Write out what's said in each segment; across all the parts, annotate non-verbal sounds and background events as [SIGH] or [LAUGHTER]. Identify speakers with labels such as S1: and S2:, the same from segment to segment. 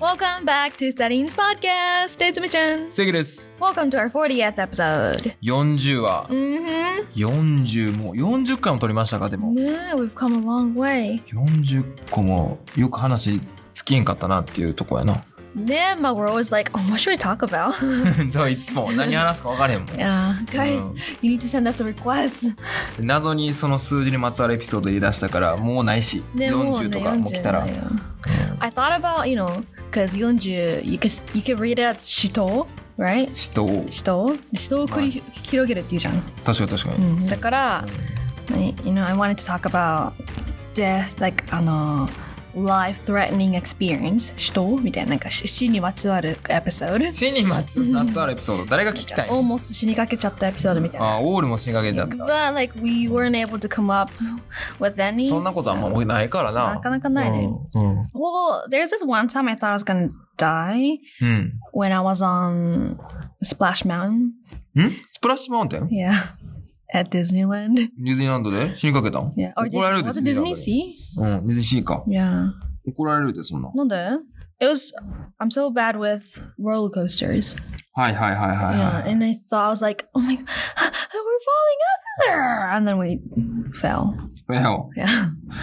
S1: Welcome back to Studying's podcast. It's me, Chen.
S2: 正義です。
S1: Welcome to our 40th episode.
S2: 40話。
S1: Mm-hmm.
S2: 40、もう40回も撮りましたか、でも。
S1: No, we've come a long way.
S2: 40個もよく話尽きんかったなっていうとこやな。
S1: Yeah, but we're always like, oh, what should we talk about?
S2: [LAUGHS]
S1: [LAUGHS]
S2: そう、いつも何話すか分からへんもん。
S1: yeah, guys,
S2: Um.
S1: you need to send us a request. [LAUGHS]
S2: 謎にその数字にまつわるエピソード入れ出したから、もうないし、
S1: ねもうね
S2: 40とかもう来たら
S1: 40。だよ I thought about, you know, because 40, you can, you can read it as 人 right?
S2: 人を。
S1: 人人を繰り広げるっていうじゃん。
S2: 確かに確か
S1: う
S2: に。
S1: ん、だから、you know, I wanted to talk about death, like, あの、life-threatening experience 人みたいな、なんか死死にまつわるエピソード。
S2: 死にまつわるエピソード、誰が聞きたいの
S1: almost 死にかけちゃったエピソードみたいな。
S2: あー、オールも死にかけちゃった。
S1: But like we weren't able to come up with any.
S2: そんなことはあんま俺ないからな。
S1: なかなかないね
S2: うん。うん
S1: Well, there's this one time I thought I was gonna die
S2: うん。
S1: when I was on Splash Mountain.
S2: んスプラッシュマウンテン
S1: Yeah, [LAUGHS] at Disneyland.
S2: ディズニーランドで死にかけたん
S1: Yeah,
S2: 怒られる
S1: was
S2: で
S1: it
S2: ディズ
S1: Disney
S2: ニーランドで
S1: Sea?
S2: うん、ディズニーシーか。
S1: Yeah.
S2: 怒られるで、そんな。
S1: No, then it was. I'm so bad with roller coasters.
S2: はいはいはいはい。
S1: Yeah,
S2: はい
S1: and I thought I was like, oh my god, [LAUGHS] we're falling over, and then we fell.
S2: ええよ
S1: Yeah,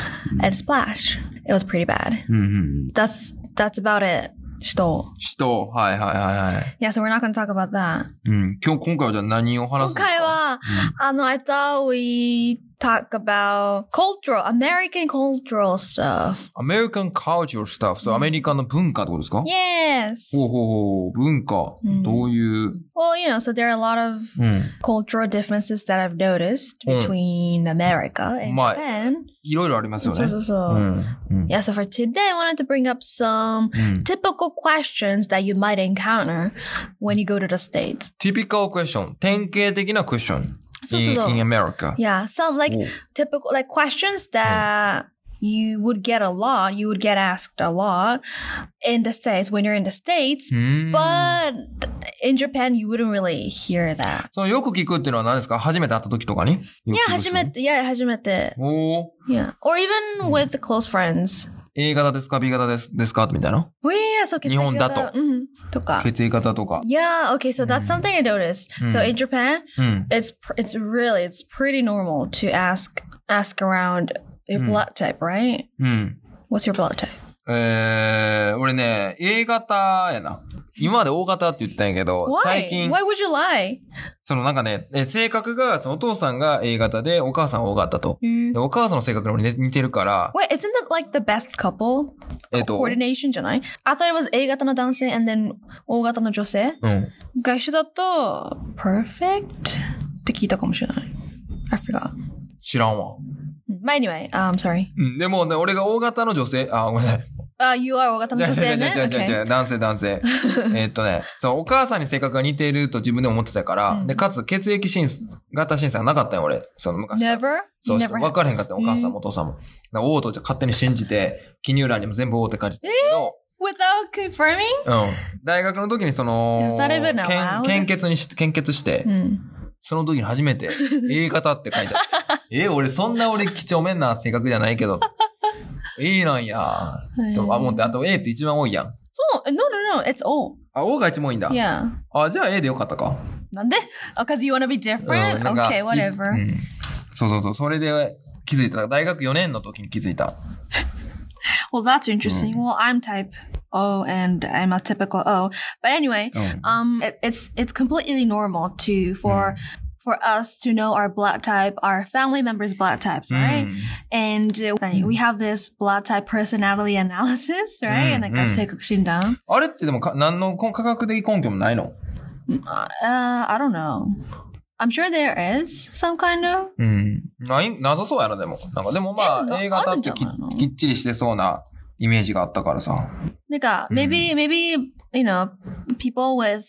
S1: [LAUGHS] and splash. It was pretty bad.
S2: うんうん。
S1: That's that's about it. Stole.
S2: 人、はいはいはいはい。
S1: Yeah, so we're not going to talk about that.
S2: うん。今日、今回はじゃあ何を話すんですか
S1: 今回は、あの、I Um, thought we talk about cultural, American cultural stuff.
S2: アメリカンカウチュ stuff。そう、アメリカの文化ってことですか
S1: Yes.
S2: ほうほうほう。文化
S1: うん。
S2: どういう。
S1: Well, you know, so there are a lot of
S2: うん。
S1: cultural differences that I've noticed
S2: うん
S1: between America and
S2: まあ、
S1: Japan.
S2: いろいろありますよね。う
S1: So,
S2: ん。うん。
S1: yeah, so for today, I wanted to bring up some
S2: うん。
S1: typical questions that you might encounter when you go to the States.
S2: typical question. 典型的なクッション。
S1: そうそうそう
S2: in, in America.
S1: Yeah, some like
S2: おう
S1: typical like questions that you would get a lot, you would get asked a lot in the States when you're in the States.
S2: うーん
S1: But in Japan, you wouldn't really hear that.
S2: そのよく聞くっていうのは何ですか初めて会った時とかに
S1: Yeah,
S2: よく聞くでしょ
S1: 初めて- yeah, 初めて。
S2: おー
S1: Yeah. Or even with close friends.
S2: A 型ですか ?B 型ですですかみたいな。
S1: Oh, yeah, yeah, so 血液型。
S2: 日本だと。
S1: うん、とか。
S2: 血液型とか。
S1: Yeah, okay, so that's something I noticed. So
S2: うん。
S1: in Japan,
S2: うん。
S1: it's pr- it's really it's pretty normal to ask ask around your
S2: うん。
S1: blood type, right?
S2: うん。
S1: What's your blood type?
S2: えー、俺ね、A 型やな。今まで O 型って言ってたんやけど、最
S1: Why?
S2: 近、
S1: Why would you lie?
S2: そのなんかね、え性格が、そのお父さんが A 型で、お母さん O 型と。
S1: うん
S2: でお母さんの性格に俺ね似てるから、
S1: Wait, isn't that like the best couple
S2: えっと、うん。
S1: coordination じゃない I thought it was A 型の男性 and then O 型の女性外種だと perfect って聞いたかもしれない。I forgot. Hmm.
S2: 知らんわ。
S1: But anyway, I'm sorry.
S2: うん。でもね、俺が O 型の女性、あ、ごめんなさい。
S1: Uh, you are O 型
S2: じ
S1: の
S2: ゃあ
S1: 女
S2: じゃ
S1: 性
S2: あじゃ
S1: ね
S2: あ。じゃあじゃあじ
S1: Okay.
S2: ゃあ男性男性。えっとね、そう、お母さんに性格が似てると自分でも思ってたから、で、かつ血液審査、型審査がなかったんよ、俺。その昔。
S1: Never?
S2: そう、
S1: Never
S2: 分からへんかった、お母さんもお父さんも。だから王と勝手に信じて、記入欄にも全部王って書いてたけど、
S1: Without confirming?
S2: うん。大学の時にその
S1: Is、that even
S2: けん
S1: allowed?
S2: 献血にし、献血して、
S1: うん。
S2: その時に初
S1: [LAUGHS]
S2: めて、A 型って書いてあった。え、俺そんな俺几帳面な性格じゃない
S1: [LAUGHS]
S2: けど、A なんや。と、あ、思って、あと A って一番多いやん。
S1: そう Oh, No, no, no, it's O.
S2: あ、O が一番多いんだ。
S1: Yeah.
S2: あ、じゃあ A でよかったか。
S1: なんで Oh, cause you wanna be
S2: うん
S1: different?
S2: なんか
S1: Okay,
S2: い
S1: whatever.
S2: うんそうそうそう、それで気づいた。大学4年の時に気づいた。
S1: Well, that's
S2: Mm.
S1: interesting. Well, I'm type O and I'm a typical O. But anyway,
S2: Mm.
S1: um, it, it's it's completely normal to for for us to know our blood type, our family members' blood types, right?
S2: Mm.
S1: And uh, we have this blood type personality [LAUGHS] analysis, right? And like that's
S2: Mm,
S1: taken down.
S2: あれってでもか、何のこ科学的根拠もないの
S1: Uh, I don't know. I'm sure there is some kind of
S2: うん。ない、なさそうやな、でも。なんか、でもま
S1: え
S2: あ、
S1: な
S2: A 型って
S1: あるんじゃないの
S2: ききっちりしてそうなイメージがあったからさ。
S1: like uh, maybe maybe you know people with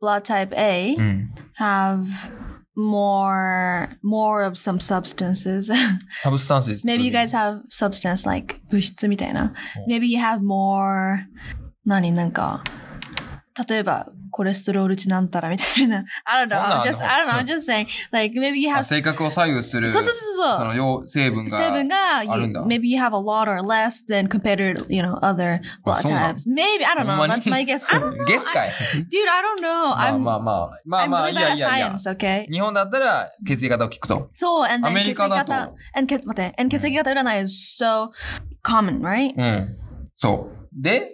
S1: blood type A.
S2: うん。
S1: have more more of some substances. [LAUGHS]
S2: サブスタンスです。
S1: Maybe you guys have substance like 物質みたいな。Maybe you have more 何なんか例えば、コレステロール値なんたらみたいな。I [LAUGHS] don't
S2: そんな
S1: know, I'm
S2: んある
S1: just, I don't know, I'm just saying, like, maybe you have,
S2: あ
S1: そう
S2: 性格を左右する、
S1: そうそうそう。
S2: その要成分が。
S1: 成分が、
S2: あるんだ
S1: you- maybe you have a lot or less than compared to, you know, other blood
S2: そうなの
S1: types. Maybe, I don't
S2: ほ
S1: know.
S2: んまに
S1: That's my guess. I don't know.
S2: ゲスかい
S1: Dude, I don't know.
S2: まあ
S1: I'm,
S2: まあまあ。まあ
S1: I'm
S2: まあ、
S1: really
S2: いや
S1: bad at
S2: いやいや。
S1: science, okay?
S2: 日本だったら血液型を聞くと。
S1: So, and
S2: ア
S1: then
S2: メリ
S1: 血液
S2: カだ
S1: 型
S2: と。
S1: and 血待って、and 血液型占い is so common, right?
S2: うん。そう。で、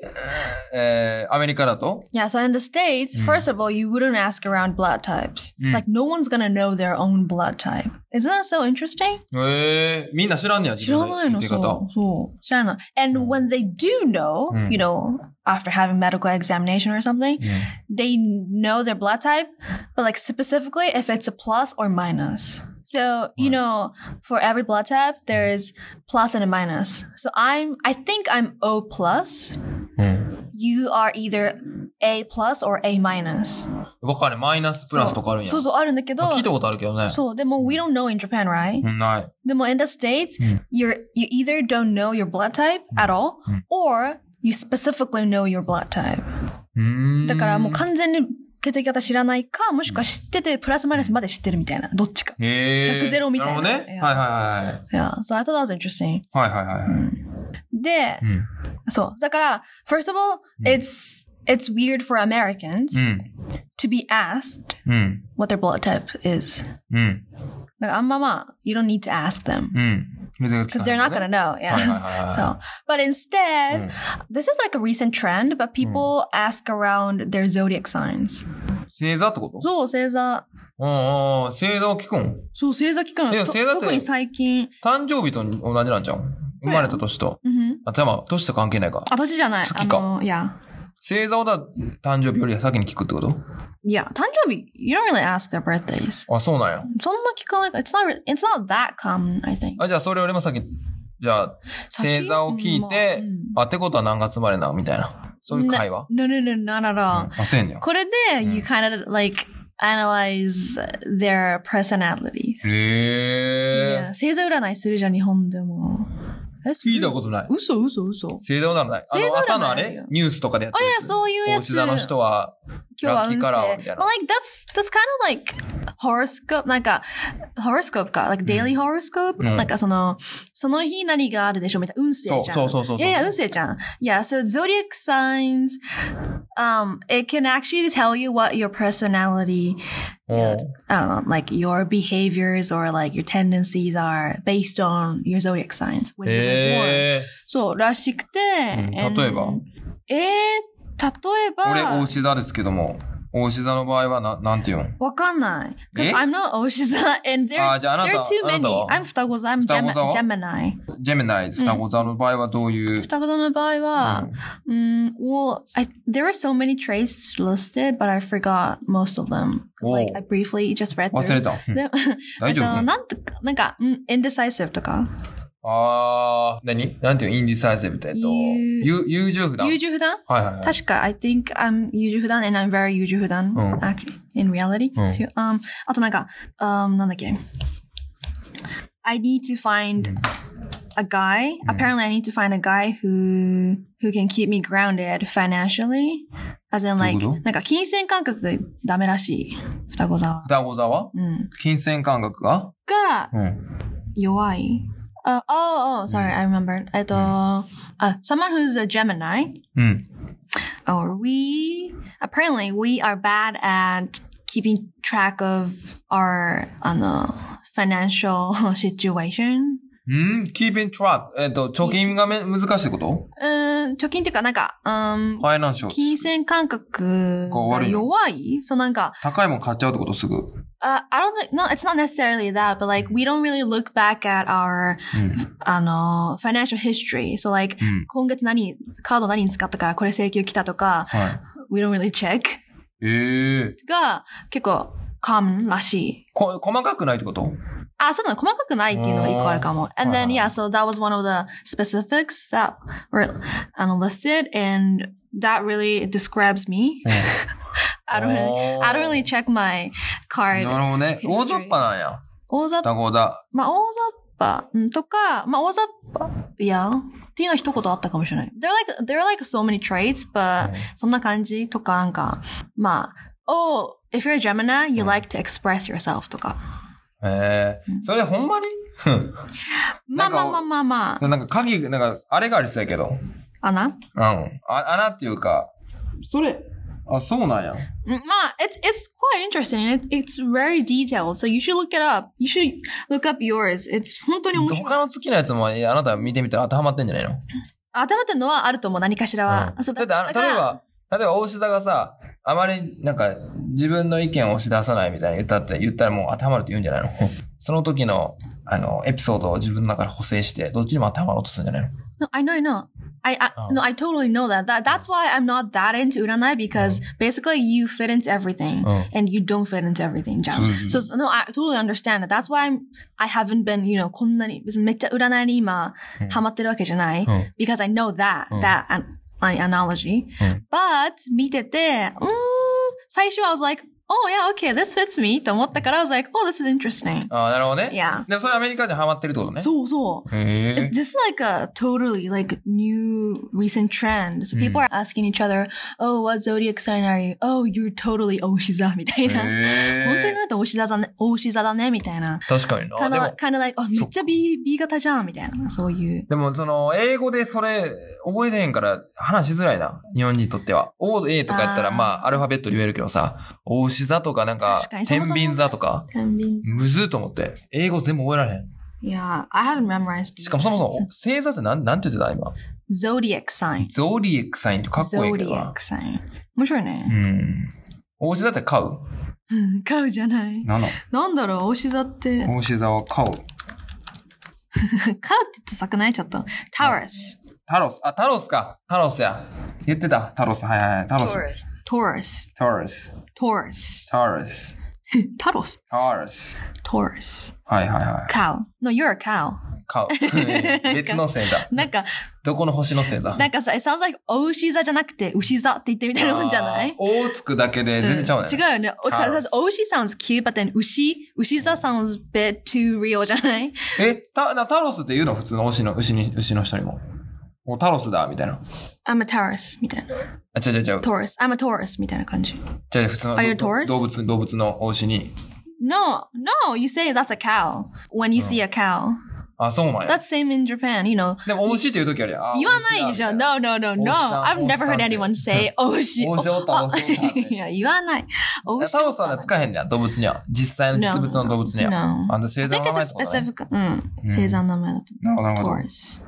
S2: えー、アメリカだと
S1: Yeah, so in the States, first of all, you wouldn't ask around blood types. Like, no one's gonna know their own blood type. Isn't that so interesting?
S2: えー、みんな知らんねや、自
S1: 知ら
S2: 分
S1: ない
S2: の
S1: の
S2: 血液型。
S1: そうそう知らない。And
S2: Mm.
S1: when they do know, you know, after having medical examination or something, they know their blood type, but like specifically if it's a plus or minus. So, you know, for every blood type, there is plus and a minus. So I'm, I think I'm O plus. You are either A plus or A minus.
S2: わかんない。マイナスプラスとかあるんや。
S1: そうそう、あるんだけど、
S2: 聞いたことあるけどね。
S1: そう、でも we don't know in Japan, right?
S2: うんない。
S1: The more in the States, you're you either don't know your blood type at all, or you specifically know your blood type.
S2: うーん。
S1: だからもう完全に血液型知らないか、もしくは知ってて、プラスマイナスまで知ってるみたいな。どっちか。
S2: えー。
S1: 着ゼロみたいな
S2: るほどね。
S1: いや
S2: はいはいはい。
S1: Yeah, so I thought that was interesting.
S2: はいはいはいはい。
S1: で、
S2: ん
S1: そう。だから、first of all, it's, it's weird for Americans
S2: うん。
S1: to be asked
S2: うん。
S1: what their blood type is.
S2: うん。
S1: だからあんままあ、you don't need to ask them.
S2: うん。
S1: because they're not gonna know. Yeah.
S2: はい
S1: [LAUGHS]
S2: はいはい
S1: so,
S2: はい
S1: but instead, this is like a recent trend, but people ask around their zodiac signs.
S2: 星座ってこと
S1: そう、星座。
S2: うんうんうん。星座を聞くん
S1: そう、星座聞かない。
S2: でも
S1: と
S2: 星座って
S1: 特に最近。
S2: 誕生日と同じなんじゃん生まれた年と。
S1: うん、
S2: あ、でも、年と関係ないか。
S1: 私じゃない。
S2: 月か
S1: あの、いや。
S2: 星座をだ、誕生日より先に聞くってこと
S1: いや、誕生日、you don't really ask their birthdays.
S2: あ、そうなんや。
S1: そんな聞かない。It's not, re- it's not that common, I think.
S2: あ、じゃあそれよりも先、じゃあ、
S1: 先
S2: 星座を聞いて
S1: うん、
S2: あ、ってことは何月生まれな、みたいな。そういう会話
S1: No, no, no, not at all.
S2: あ、せんねや。
S1: これで、you kind of like analyze their personalities. いや
S2: へえ。
S1: 星座占いするじゃん、日本でも。え、する
S2: 聞いたことない。
S1: 嘘嘘嘘。今
S2: 星座占い。あ
S1: 星座占い
S2: の、朝のあ
S1: ある
S2: れ
S1: よ
S2: ニュースとかでやってる
S1: あ
S2: やつ。
S1: いやそういうやつ
S2: お座の人は、
S1: 日は
S2: ラッキ
S1: 運
S2: ー
S1: 勢。
S2: カラ
S1: But
S2: ーみ
S1: like
S2: たい
S1: that's
S2: な。
S1: that's kind of like horoscope なんか horoscope か like daily horoscope、
S2: ん
S1: なんかそのその日何があるでしょうみたいな運勢じゃん。
S2: そうそうそうそうそう
S1: いやいや運勢じゃん。Yeah, so zodiac signs, um, it can actually tell you what your personality, you
S2: お
S1: know,
S2: う
S1: I don't know, like your behaviors or like your tendencies are based on your zodiac signs when you were born.
S2: へえ。
S1: そう、らしくて。
S2: うん例えば
S1: and- えー、例え
S2: 俺、
S1: ば
S2: お、牛座ですけども、お牛座の場合は、な、なんて言うん
S1: わかんない。
S2: え
S1: Because I'm not Oshiza and there,
S2: あ
S1: are
S2: じゃああな
S1: there
S2: た
S1: are too
S2: あな
S1: many.
S2: たは
S1: I'm 双子座、I'm
S2: 双子座は
S1: Gem- Gemini.
S2: ジェミナイズ、双子座の場合はどういう、
S1: 双子座の場合は、うん、well, I, there are so many traits listed, but I forgot most of them. 'Cause,
S2: お
S1: Like, I briefly just read
S2: 忘れ
S1: through.
S2: た。
S1: [LAUGHS] で
S2: 大丈夫
S1: えっとなんとか、なんか、うん、indecisive とか、
S2: あー、何なんて言うんインディサイゼみたいな。
S1: 優
S2: ゆ優柔不断。
S1: 優柔不断
S2: はいはいはい。
S1: 確か、I think I'm 優柔不断 and I'm very 優柔不断、
S2: ん
S1: actually, in reality.、too. Um, あとなんか、um, なんだっけ。I need to find a guy.、Apparently, I need to find a guy who, who can keep me grounded financially. As in
S2: ういう
S1: like,
S2: こと
S1: なんか金銭感覚がダメらしい。双子座は。
S2: 双子座は
S1: うん。
S2: 金銭感覚が
S1: が、
S2: うん。
S1: 弱い。あ、oh, oh, sorry, I remember. えっと、あ、someone who's a Gemini.
S2: うん。
S1: or we apparently we are bad at keeping track of our あの financial [LAUGHS] situation
S2: うん ?keeping track. えっと、貯金がめ難しいこと
S1: うーん Uh, 貯金っていうかなんかうん
S2: ファイナンシャル。
S1: 金銭感覚
S2: こう
S1: が
S2: 悪いの
S1: 弱いそうなんか、
S2: 高いもん買っちゃうってことすぐ。
S1: uh, I don't think, no, it's not necessarily that, but like we don't really look back at our
S2: Hmm.
S1: あの financial history. So like、今月何、カード何に使ったからこれ請求来たとか、
S2: は
S1: we don't really check
S2: い。ええー。
S1: が結構 common らしい。
S2: こ、細かくないってこと
S1: あ、そうだね。細かくないっていうのが一個あるかも。And
S2: はい
S1: then, yeah,
S2: はい
S1: so that was one of the specifics that were um, listed, and that really describes me. [LAUGHS] I don't really, I don't
S2: Oh.
S1: really check my
S2: なる
S1: card.
S2: ほどね。大雑把なんや。
S1: 大雑把、
S2: 双子座。
S1: まあ大雑ぱ、うんとか、まあ、大雑把、いや、っていうのは一言あったかもしれない。There are like, there are like so many traits, but、
S2: うん
S1: そんな感じとか、なんか、まあ、oh, if you're a Gemini,
S2: Mm.
S1: you like to express yourself とか。
S2: えー、それほんまに
S1: まあまあまあまあまあ
S2: そ。れなんか鍵、なんか、あれがありそうやけど。
S1: 穴
S2: うん。あ穴っていうか、
S3: それ、
S2: あ、そうなんや。
S1: Mm, Ma, it's it's quite interesting. It, it's very detailed, so you should look it up. You should look up yours. It's 本当に面白い。
S2: 他の好きなやつも、えあなた見てみて当てはまってんじゃないの
S1: 頭ってのはあると思う、何かしらは。
S2: うん
S1: そう
S2: だってあの、例え、ば、例えば大志田がさ、あまりなんか自分の意見を押し出さないみたいに言ったって、言ったらもう当てはまるって言うんじゃないのその時の、あの、エピソードを自分の中で補正して、どっちにも当てはまろうとするんじゃないの
S1: No, I know, I know. I, I
S2: Oh.
S1: no, I totally know that. That that's why I'm not that into uranai because basically you fit into everything
S2: Oh.
S1: and you don't fit into everything,
S2: [LAUGHS]
S1: Jam. so so, no, I totally understand it. That's why I'm I haven't been you know こんなに別にめっちゃ占いに今ハマってるわけじゃない、
S2: うん。
S1: because I know that
S2: Hmm. Oh.
S1: that an, an analogy.
S2: Mm.
S1: But 見てて、うん、最初 I was like, oh yeah, okay, this fits me と思ったから I was like, oh this is interesting.
S2: ああ、なるほどね。
S1: Yeah.
S2: でもそれアメリカ人ハマってるってことね。
S1: So so.
S2: へえ
S1: Is。this like a totally like new recent trend? So people are asking each other, "Oh, what zodiac sign are you? Oh, you're totally [LAUGHS] おうし座みたい
S2: Eh.
S1: な。本当に
S2: へえ。
S1: なんかおうし座だね、おうし座だねみたいな。
S2: 確かにな。
S1: か
S2: で
S1: な
S2: も、
S1: かな like "Oh, あめっちゃ B B 型じゃんみたいなそういう。
S2: でもその、英語でそれ覚えてへんから話しづらいな。日本人にとっては。O、A とかやったら、
S1: あー
S2: まあ、アルファベットで言えるけどさ、お牛座とかなんか
S1: 確かに、そ
S2: 天
S1: もそも
S2: 秤座とか。むずーと思って。英語全部覚えられへん。
S1: Yeah, I haven't memorized.
S2: しかもそもそも、星座ってなん、なんて言ってた今。
S1: zodiac sign.
S2: ゾーリエックサインってかっこいいけど
S1: zodiac。
S2: な
S1: sign. 面白いうね。
S2: ん。お牛座って買う
S1: [LAUGHS] うん買うじゃない。
S2: なの
S1: なんだろう、おうし座って。 [LAUGHS] 買うっ
S2: お牛座は買う。
S1: て言ってさくないちょっと。Taurus,
S2: タロス。あ、タロスか。タロスや。言ってた。タロス。はいはいはい。タロス。
S4: Taurus.
S1: Taurus,
S2: タロス。
S1: Taurus,
S2: タロス。 [LAUGHS]
S1: Taurus,
S2: タロス。
S1: Taurus.
S2: はいはいはい。
S1: cow. No, you're a cow.
S2: 買
S1: [LAUGHS]
S2: う。別の星座。
S1: なんか、
S2: どこの星の星座
S1: なんかさ、it sounds like お牛座じゃなくて牛座って言ってみたいなもんじゃない
S2: 大つくだけで全然ちゃうね。
S1: 違うよね。お
S2: Cows
S1: because お牛 sounds cute, but then 牛、牛座 sounds a bit too real じゃない
S2: え、た、な、タロスって言うの普通の牛の、牛に、牛の人にも。もうタロスだ、みたいな。
S1: ?I'm a Taurus みたいな。
S2: あ、違う違う違う。
S1: Taurus. I'm a Taurus みたいな感じ。
S2: じゃあ普通の
S1: Are you
S2: ど
S1: Taurus?
S2: 動物、動物のお牛に。
S1: No, no, you say that's a cow when you see a cow.
S2: あ、そうなんや。
S1: That's same in Japan, you know.
S2: でも、お牛って言うときあるやん。あ
S1: 言わないじゃん。。No, no, no, no.
S2: Oh, お牛さん
S1: I've never
S2: お牛さんっ
S1: heard
S2: て
S1: anyone say お牛。
S2: [LAUGHS] お牛おった
S1: あ
S2: お牛おったって
S1: [LAUGHS] いや、言わない。お
S2: お
S1: 牛
S2: 牛タロスはね、使えへんねん。動物には。実際の実物の動物には。
S1: No.
S2: あんた星
S1: I
S2: 座の
S1: think
S2: 名
S1: it's
S2: 前
S1: a
S2: とかね、
S1: specific mm, うん星座の名前だと
S2: なるほど、なるほど。
S1: Taurus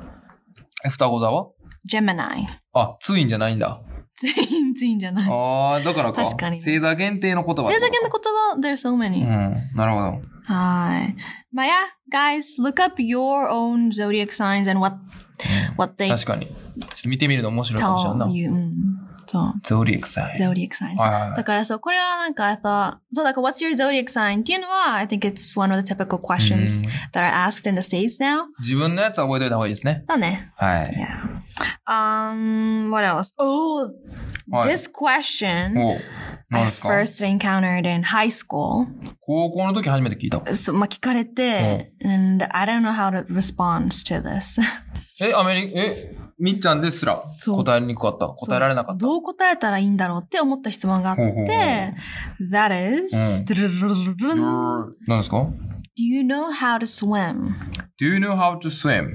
S2: え双子座は
S1: Gemini [LAUGHS]
S2: あ、ツインじゃないんだ。
S1: 全員全員じゃない
S2: ああ、だからか。
S1: 確かに
S2: 星座限定の言葉。
S1: 星座圏の言葉 there's so
S2: う
S1: many
S2: ん、なるほど。
S1: はいまあ yeah guys look up your own zodiac signs and what what they
S2: 確かに。ちょっと見てみるの面白いかもしれんな
S1: tell。you うんそう
S2: ゾリエクサイン。
S1: zodiac signs
S2: はいはいはい
S1: だからそうこれはなんか I thought そうだから what's your zodiac sign っていうのは I think it's one of the typical questions that are asked in the states now
S2: 自分のやつは覚えといた方がいいですね。
S1: だね
S2: はい。
S1: Um, what else? Oh,
S2: What?
S1: this question
S2: おう何
S1: I
S2: ですか
S1: first encountered in high school.
S2: 高校の時初めて聞いた。
S1: So, まあ、聞かれて and I don't know how to respond to this.
S2: え、アメリカ、え、みっちゃんですら
S1: そう
S2: 答えにくかった。答えられなかった。
S1: どう答えたらいいんだろうって思った質問があっ
S2: ほうほうほう
S1: て、That is, ドゥルルルルルルン
S2: 何ですか
S1: Do you know how to swim?
S2: ?Do you know how to swim?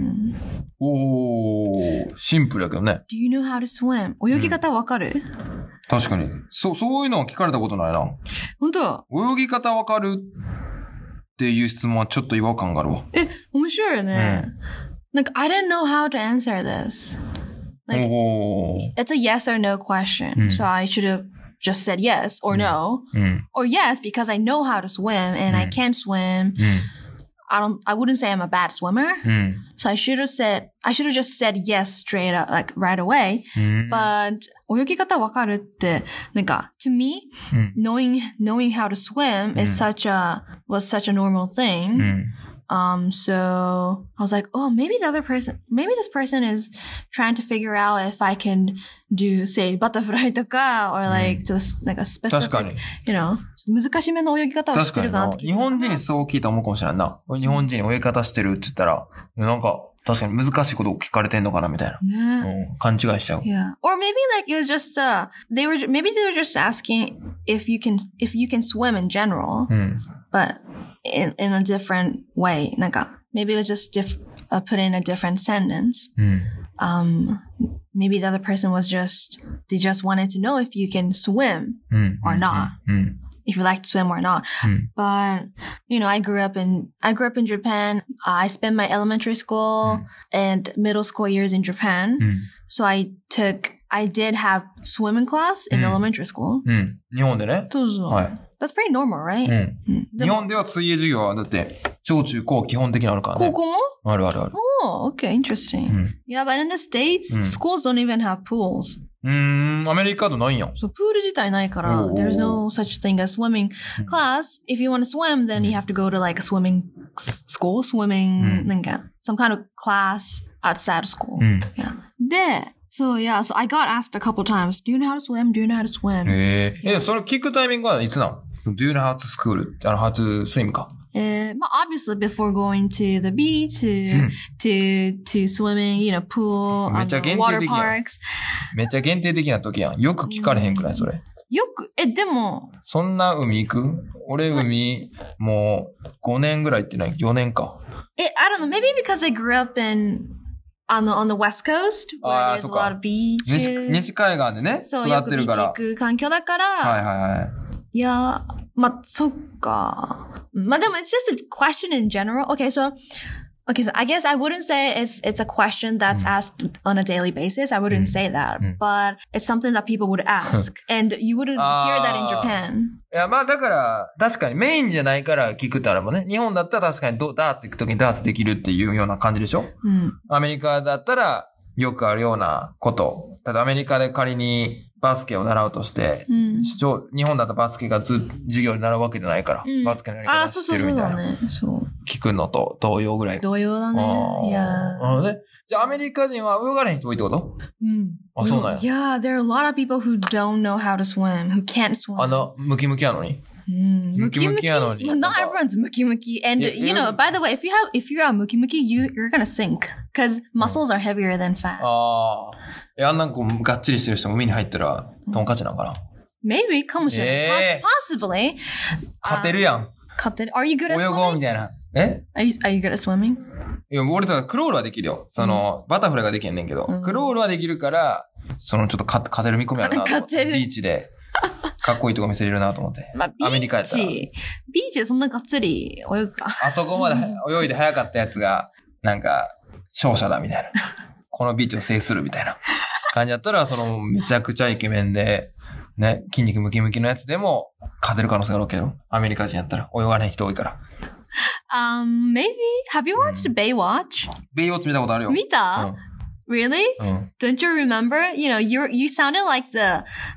S2: おー、シンプルやけどね。
S1: Do you know how to swim? 泳ぎ方わかる
S2: 確かに。そう、そういうのは聞かれたことないな。
S1: 本当
S2: 泳ぎ方わかるっていう質問はちょっと違和感があるわ。
S1: え、面白いよね。なんか、I don't know how to answer this. Like-
S2: おー。
S1: it's a yes or no question. So I should have just said yes or no
S2: うん。
S1: or yes because I know how to swim and I can swim.
S2: うん。
S1: I don't. I wouldn't say I'm a bad swimmer.
S2: うん。
S1: So I should have said. I should have just said yes straight up, like right away.
S2: うん。
S1: But 泳ぎ方わかるってなんか to me
S2: うん。Mm.
S1: knowing knowing how to swim is such a was such a normal thing.
S2: うん。
S1: Um, so I was like, oh, maybe the other person, maybe this person is trying to figure out if I can do, say, butterfly [LAUGHS] とか or like just like a
S2: 確
S1: specific,
S2: かに。
S1: you know, 難しめの泳ぎ方を知って
S2: 確か
S1: る
S2: に
S1: かな
S2: な
S1: って。聞い
S2: 日
S1: た
S2: 本人にそう聞いたら思うかもしれんな。日本人に泳ぎ方してるって言ったら、なんか、確かに難しいことを聞かれてんのかなみたいな。
S1: ね。
S2: うん、勘違いしちゃう。
S1: Yeah. Or maybe like it was just uh they were maybe they were just asking if you can if you can swim in general,
S2: うん。
S1: but in in a different way. Like maybe it was just diff- uh, put in a different sentence.
S2: うん。
S1: Um maybe the other person was just they just wanted to know if you can swim
S2: うん。
S1: or not.
S2: うん。
S1: If you like to swim or not,
S2: Hmm.
S1: but you know, I grew up in I grew up in Japan. I spent my elementary school and middle school years in Japan.
S2: うん。
S1: So I took, I did have swimming class in
S2: Mm.
S1: elementary school.
S2: うん。日本でね。
S1: そうそう。
S2: はい。
S1: That's pretty normal,
S2: う
S1: right? Hmm.
S2: ん。日本では水泳授業は、だって、小中高基本的にあるからね。
S1: でも、高校も？Oh,
S2: あるあるある。
S1: Oh, okay, interesting.
S2: うん。
S1: Yeah, but in the States,
S2: Mm.
S1: schools don't even have pools.
S2: うーん、アメリカだとないんや。
S1: So プール自体ないから、
S2: Oh.
S1: there's no such thing as swimming
S2: Mm.
S1: class. If you want to swim, then you have to go to like a swimming s- school, swimming,
S2: Mm.
S1: なんか some kind of class outside of school.
S2: うん。
S1: Yeah. So yeah, so I got asked a couple times, do you know how to swim? Do you know how to swim?
S2: へえ。え、それ聞くタイミングはいつなんその ?Do you know how to school? あの、how to swim か。
S1: Uh, but obviously, before going to the beach, to to to swimming, you know, pool,
S2: めっ
S1: um,
S2: ちゃ限定
S1: water
S2: 的やん
S1: parks.
S2: めっちゃ限定的な時やん。よく聞かれへんくらい、それ。
S1: eh, よく、え、でも、
S2: そんな海行く俺海、もう5年ぐらい行ってない ?4 年か。
S1: eh, I don't know. Maybe because I grew up in on the on the west coast where
S2: あー、
S1: there's a
S2: そっか。
S1: lot of
S2: 西
S1: beaches.
S2: 西海岸でね、
S1: そう、
S2: 育
S1: よ
S2: っ
S1: く
S2: て
S1: ビー
S2: る
S1: チ
S2: から。
S1: 行
S2: はい
S1: く環境だから、
S2: はいはい
S1: や、まあ、そっか。まあでも、it's just a question in general. Okay, so, okay, so I guess I wouldn't say it's, it's a question that's asked on a daily basis. I wouldn't say that, but it's something that people would ask. and you wouldn't hear that in
S2: あー
S1: Japan.
S2: い。いや、まあだから、確かにメインじゃないから聞くってあればね、日本だったら確かにドダーツ行くときにダーツできるっていうような感じでしょ
S1: うん。
S2: アメリカだったらよくあるようなこと。ただアメリカで仮にバスケを習うとして、
S1: うん。
S2: 視聴日本だとバスケがず授業になるわけじゃないから、
S1: うん
S2: バスケのやり
S1: あ
S2: 方
S1: あ、そう
S2: 知
S1: そう
S2: って
S1: そ
S2: る
S1: う
S2: みたい
S1: だ
S2: な。
S1: ね。そう。
S2: 聞くのと同様ぐらい。
S1: 同様だね。いや
S2: あーなるほどねじゃあアメリカ人は泳がれへん人多いってこと
S1: うん。
S2: あそうなんや
S1: Yeah, there are a lot of people who don't know how to swim, who can't swim.
S2: あの、ムキムキやのに。
S1: Mm,
S2: Muki
S1: muki muki.
S2: muki are not
S1: Well, not
S2: about-
S1: everyone's muki muki, and
S2: Yeah,
S1: you
S2: you-
S1: know. By the way, if you have if you are muki muki, you you're gonna sink because muscles are heavier than fat.
S2: ああ。え、あんなんこう、がっちりしてる人も海に入ったら、トンカチなんかな。
S1: Maybe come
S2: Yeah.
S1: possibly.
S2: 勝てるやん。
S1: Cut it. Are you good
S2: 泳
S1: at
S2: ごう
S1: swimming?
S2: みたいな。え
S1: Are you are you good at swimming?
S2: いや、俺とかクロールはできるよ。その、バタフライができんねんけど、
S1: うん
S2: クロールはできるから、そのちょっとか勝てる見込みあるなと思っ
S1: 勝て
S2: て。
S1: る
S2: ビーチで、かっこいいとこ見せれるなと思って。
S1: [LAUGHS] まあ、
S2: アメリカやったら。
S1: ビーチ、ビーチでそんながっつり泳ぐか。
S2: あそこまで泳いで早かったやつが、なんか、勝者だみた
S1: [LAUGHS]
S2: いな。このビーチを制するみたいな感じだったら、その、めちゃくちゃイケメンで、ね、筋肉ムキムキのやつでも、勝てる可能性があるけど、アメリカ人やったら、泳がれん人多いから。
S1: Um, maybe. Have you watched Baywatch?
S2: ベイウォッチ見たことあるよ。
S1: 見た？Really?
S2: うん。うん。
S1: Don't you remember? You know, you you sounded like the,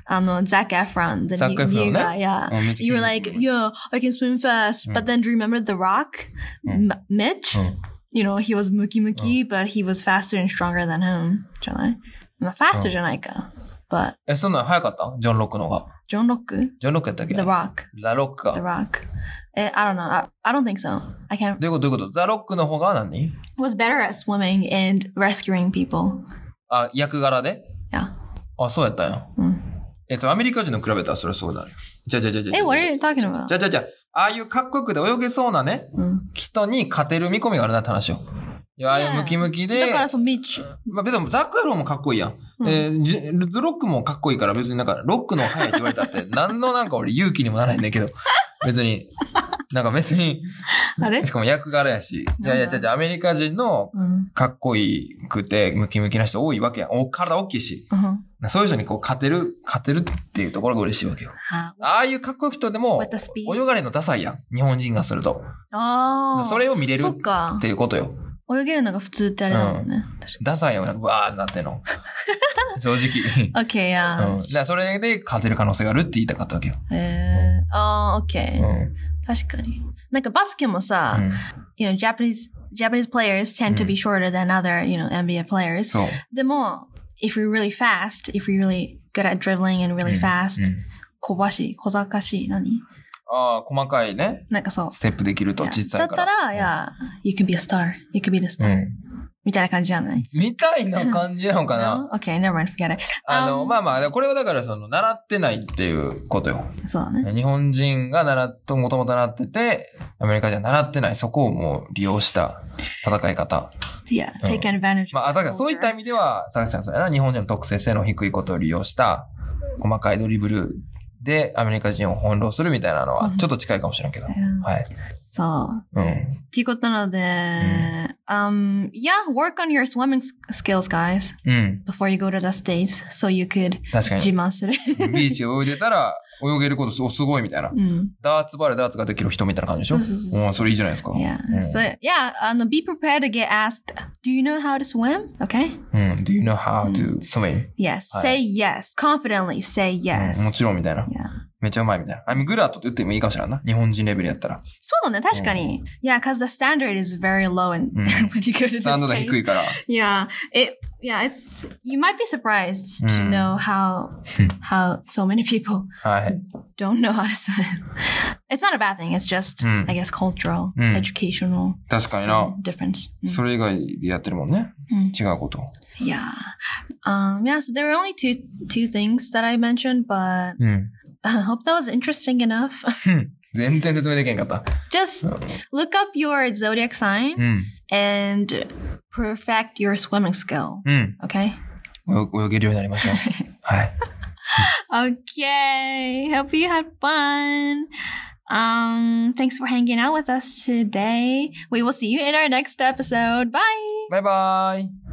S1: あの Zac Efron, the
S2: Zac
S1: new,
S2: Efron,
S1: new
S2: eh?
S1: guy. Yeah.
S2: うんめっちゃ
S1: you were
S2: 筋
S1: like,
S2: 肉ムキ
S1: yo, I can swim fast. But then do you remember The Rock? M- Mitch?
S2: Mm. Oh.
S1: You know, he was muki muki, but he was faster and stronger than him. じゃない？まあ、faster
S2: Oh.
S1: じゃないか。But
S2: え、そんなん早かったジョン・ロックの方が。
S1: John Rock?
S2: ジョン・ロックやったっけ
S1: The Rock.
S2: ザ・ロック
S1: The
S2: か。
S1: Rock. Eh, I don't know. I, I don't think so. I can't.
S2: どういうことどういうことザ・ロックの方が何
S1: Was better at swimming and rescuing people.
S2: あ、役柄で
S1: Yeah.
S2: あ、そうやったんや。え、それアメリカ人の比べたらそれそうだね。じゃじゃじゃじゃ。
S1: Hey, what are you talking about?
S2: じゃじゃじゃ、ああいうかっこよくて泳げそうなね、
S1: Mm.
S2: 人に勝てる見込みがあるなって話を。いや、ああいうムキムキで、
S1: だからそう、Mitch.
S2: まあ別にザックエロンもかっこいいやん。えージュズロックもかっこいいから別になんかロックの方が速いって言われた [LAUGHS] って、何のなんか俺勇気にもならないんだけど、別に、なんか別に、
S1: あれ？
S2: しかも役柄やし、いやいや、じゃじゃアメリカ人の
S1: うん。
S2: かっこいいくてムキムキな人多いわけやん。お体大きいし。
S1: うん。
S2: そういう人にこう勝てる、勝てるっていうところが嬉しいわけよ。
S1: あ、
S2: ああいうかっこよく人でも
S1: With the、speed
S2: 泳がれんのダサいやん。日本人がすると。
S1: あー。
S2: それを見れる
S1: そっ
S2: っ
S1: か。
S2: ていうことよ。
S1: 泳げるのが普通ってあれだもんね。確
S2: ダサいよな、わーってなって
S1: [LAUGHS]
S2: んの。正直。
S1: かに。Okay, yeah.
S2: うん、だからそれで勝てる可能性があるって言いたかったわけよ。
S1: えー、あー、okay.
S2: うん、
S1: 確かに。なんかバスケもさ、
S2: うん
S1: you know, Japanese Japanese players tend to be shorter than other, you know, NBA players.
S2: そう。
S1: でも if you're really fast, if you're really good at dribbling and really
S2: うん
S1: fast,
S2: うん
S1: 小走り、小賢しい、何？なんかそう。
S2: ああ、細かいね。ステップできると、小さいから。
S1: だったら、yeah, you can be a star, you can be the
S2: う
S1: star、
S2: ん。
S1: みたいな感じじゃない？
S2: みたいな感じなのか
S1: No?
S2: な
S1: Okay, never mind, forget it.
S2: [LAUGHS] あの、
S1: Um,
S2: まあまあ、これはだからその、習ってないっていうことよ。
S1: そうだね。
S2: 日本人が習っと、もともと習ってて、アメリカじゃ習ってない、そこをもう利用した戦い方。
S1: Yeah, take advantage.
S2: まあ、だからそういった意味では、さかちゃんそうやな、日本人の特性性の低いことを利用した、細かいドリブルでアメリカ人を翻弄するみたいなのは、ちょっと近いかもしれんけど。はい。
S1: そう。
S2: うん。
S1: っていうことなので、um, yeah, work on your swimming s- skills, guys,
S2: うん。
S1: before you go to the States, so you could
S2: 確かに。
S1: [LAUGHS] 自慢する。
S2: ビーチ泳いでたら、泳げることすおすごいみたいな。
S1: うん。
S2: ダーツバレー、ダーツができる人みたいな感じでしょ
S1: そうそうそうそう
S2: うん、それいいじゃないですか。
S1: Oh, Yeah.
S2: うん
S1: So yeah, um, be prepared to get asked, do you know how to swim? Okay.
S2: うん。Do you know how to swim?
S1: Yes.
S2: Hi.
S1: Say yes. Confidently say
S2: うんも
S1: yes.
S2: ちろんみたいな。
S1: Yeah.
S2: めっちゃうまいみたいな。I'm good at って言ってもいいかもしれんな。日本人レベルやったら。
S1: そうだね、確かに。Yeah, because the standard is very low in,
S2: うん
S1: [LAUGHS] when you go to
S2: スタンド
S1: the
S2: が低
S1: States.
S2: いから。
S1: Yeah. It yeah, it's you might be surprised to
S2: うん。
S1: know how how so many people
S2: はい。
S1: don't know how to swim. It's not a bad thing. It's just,
S2: うん。
S1: I guess, cultural,
S2: うん。
S1: educational
S2: 確かにな。
S1: some difference. うん。
S2: それ以外でやってるもんね。
S1: うん
S2: 違うこと。
S1: Yeah. Um, yeah, so there were only two two things that I mentioned, but [LAUGHS]
S2: うん。
S1: I hope that was interesting enough. [LAUGHS]
S2: 全然説明できへんかった。
S1: Just look up your zodiac
S2: う
S1: sign
S2: ん。
S1: and perfect your swimming skill.
S2: うん。
S1: Okay?
S2: 泳泳げるようになりまし
S1: [LAUGHS]
S2: ょう。はい。
S1: Okay. Hope you had fun. Um, thanks for hanging out with us today. We will see you in our next episode. Bye.
S2: バイバイ。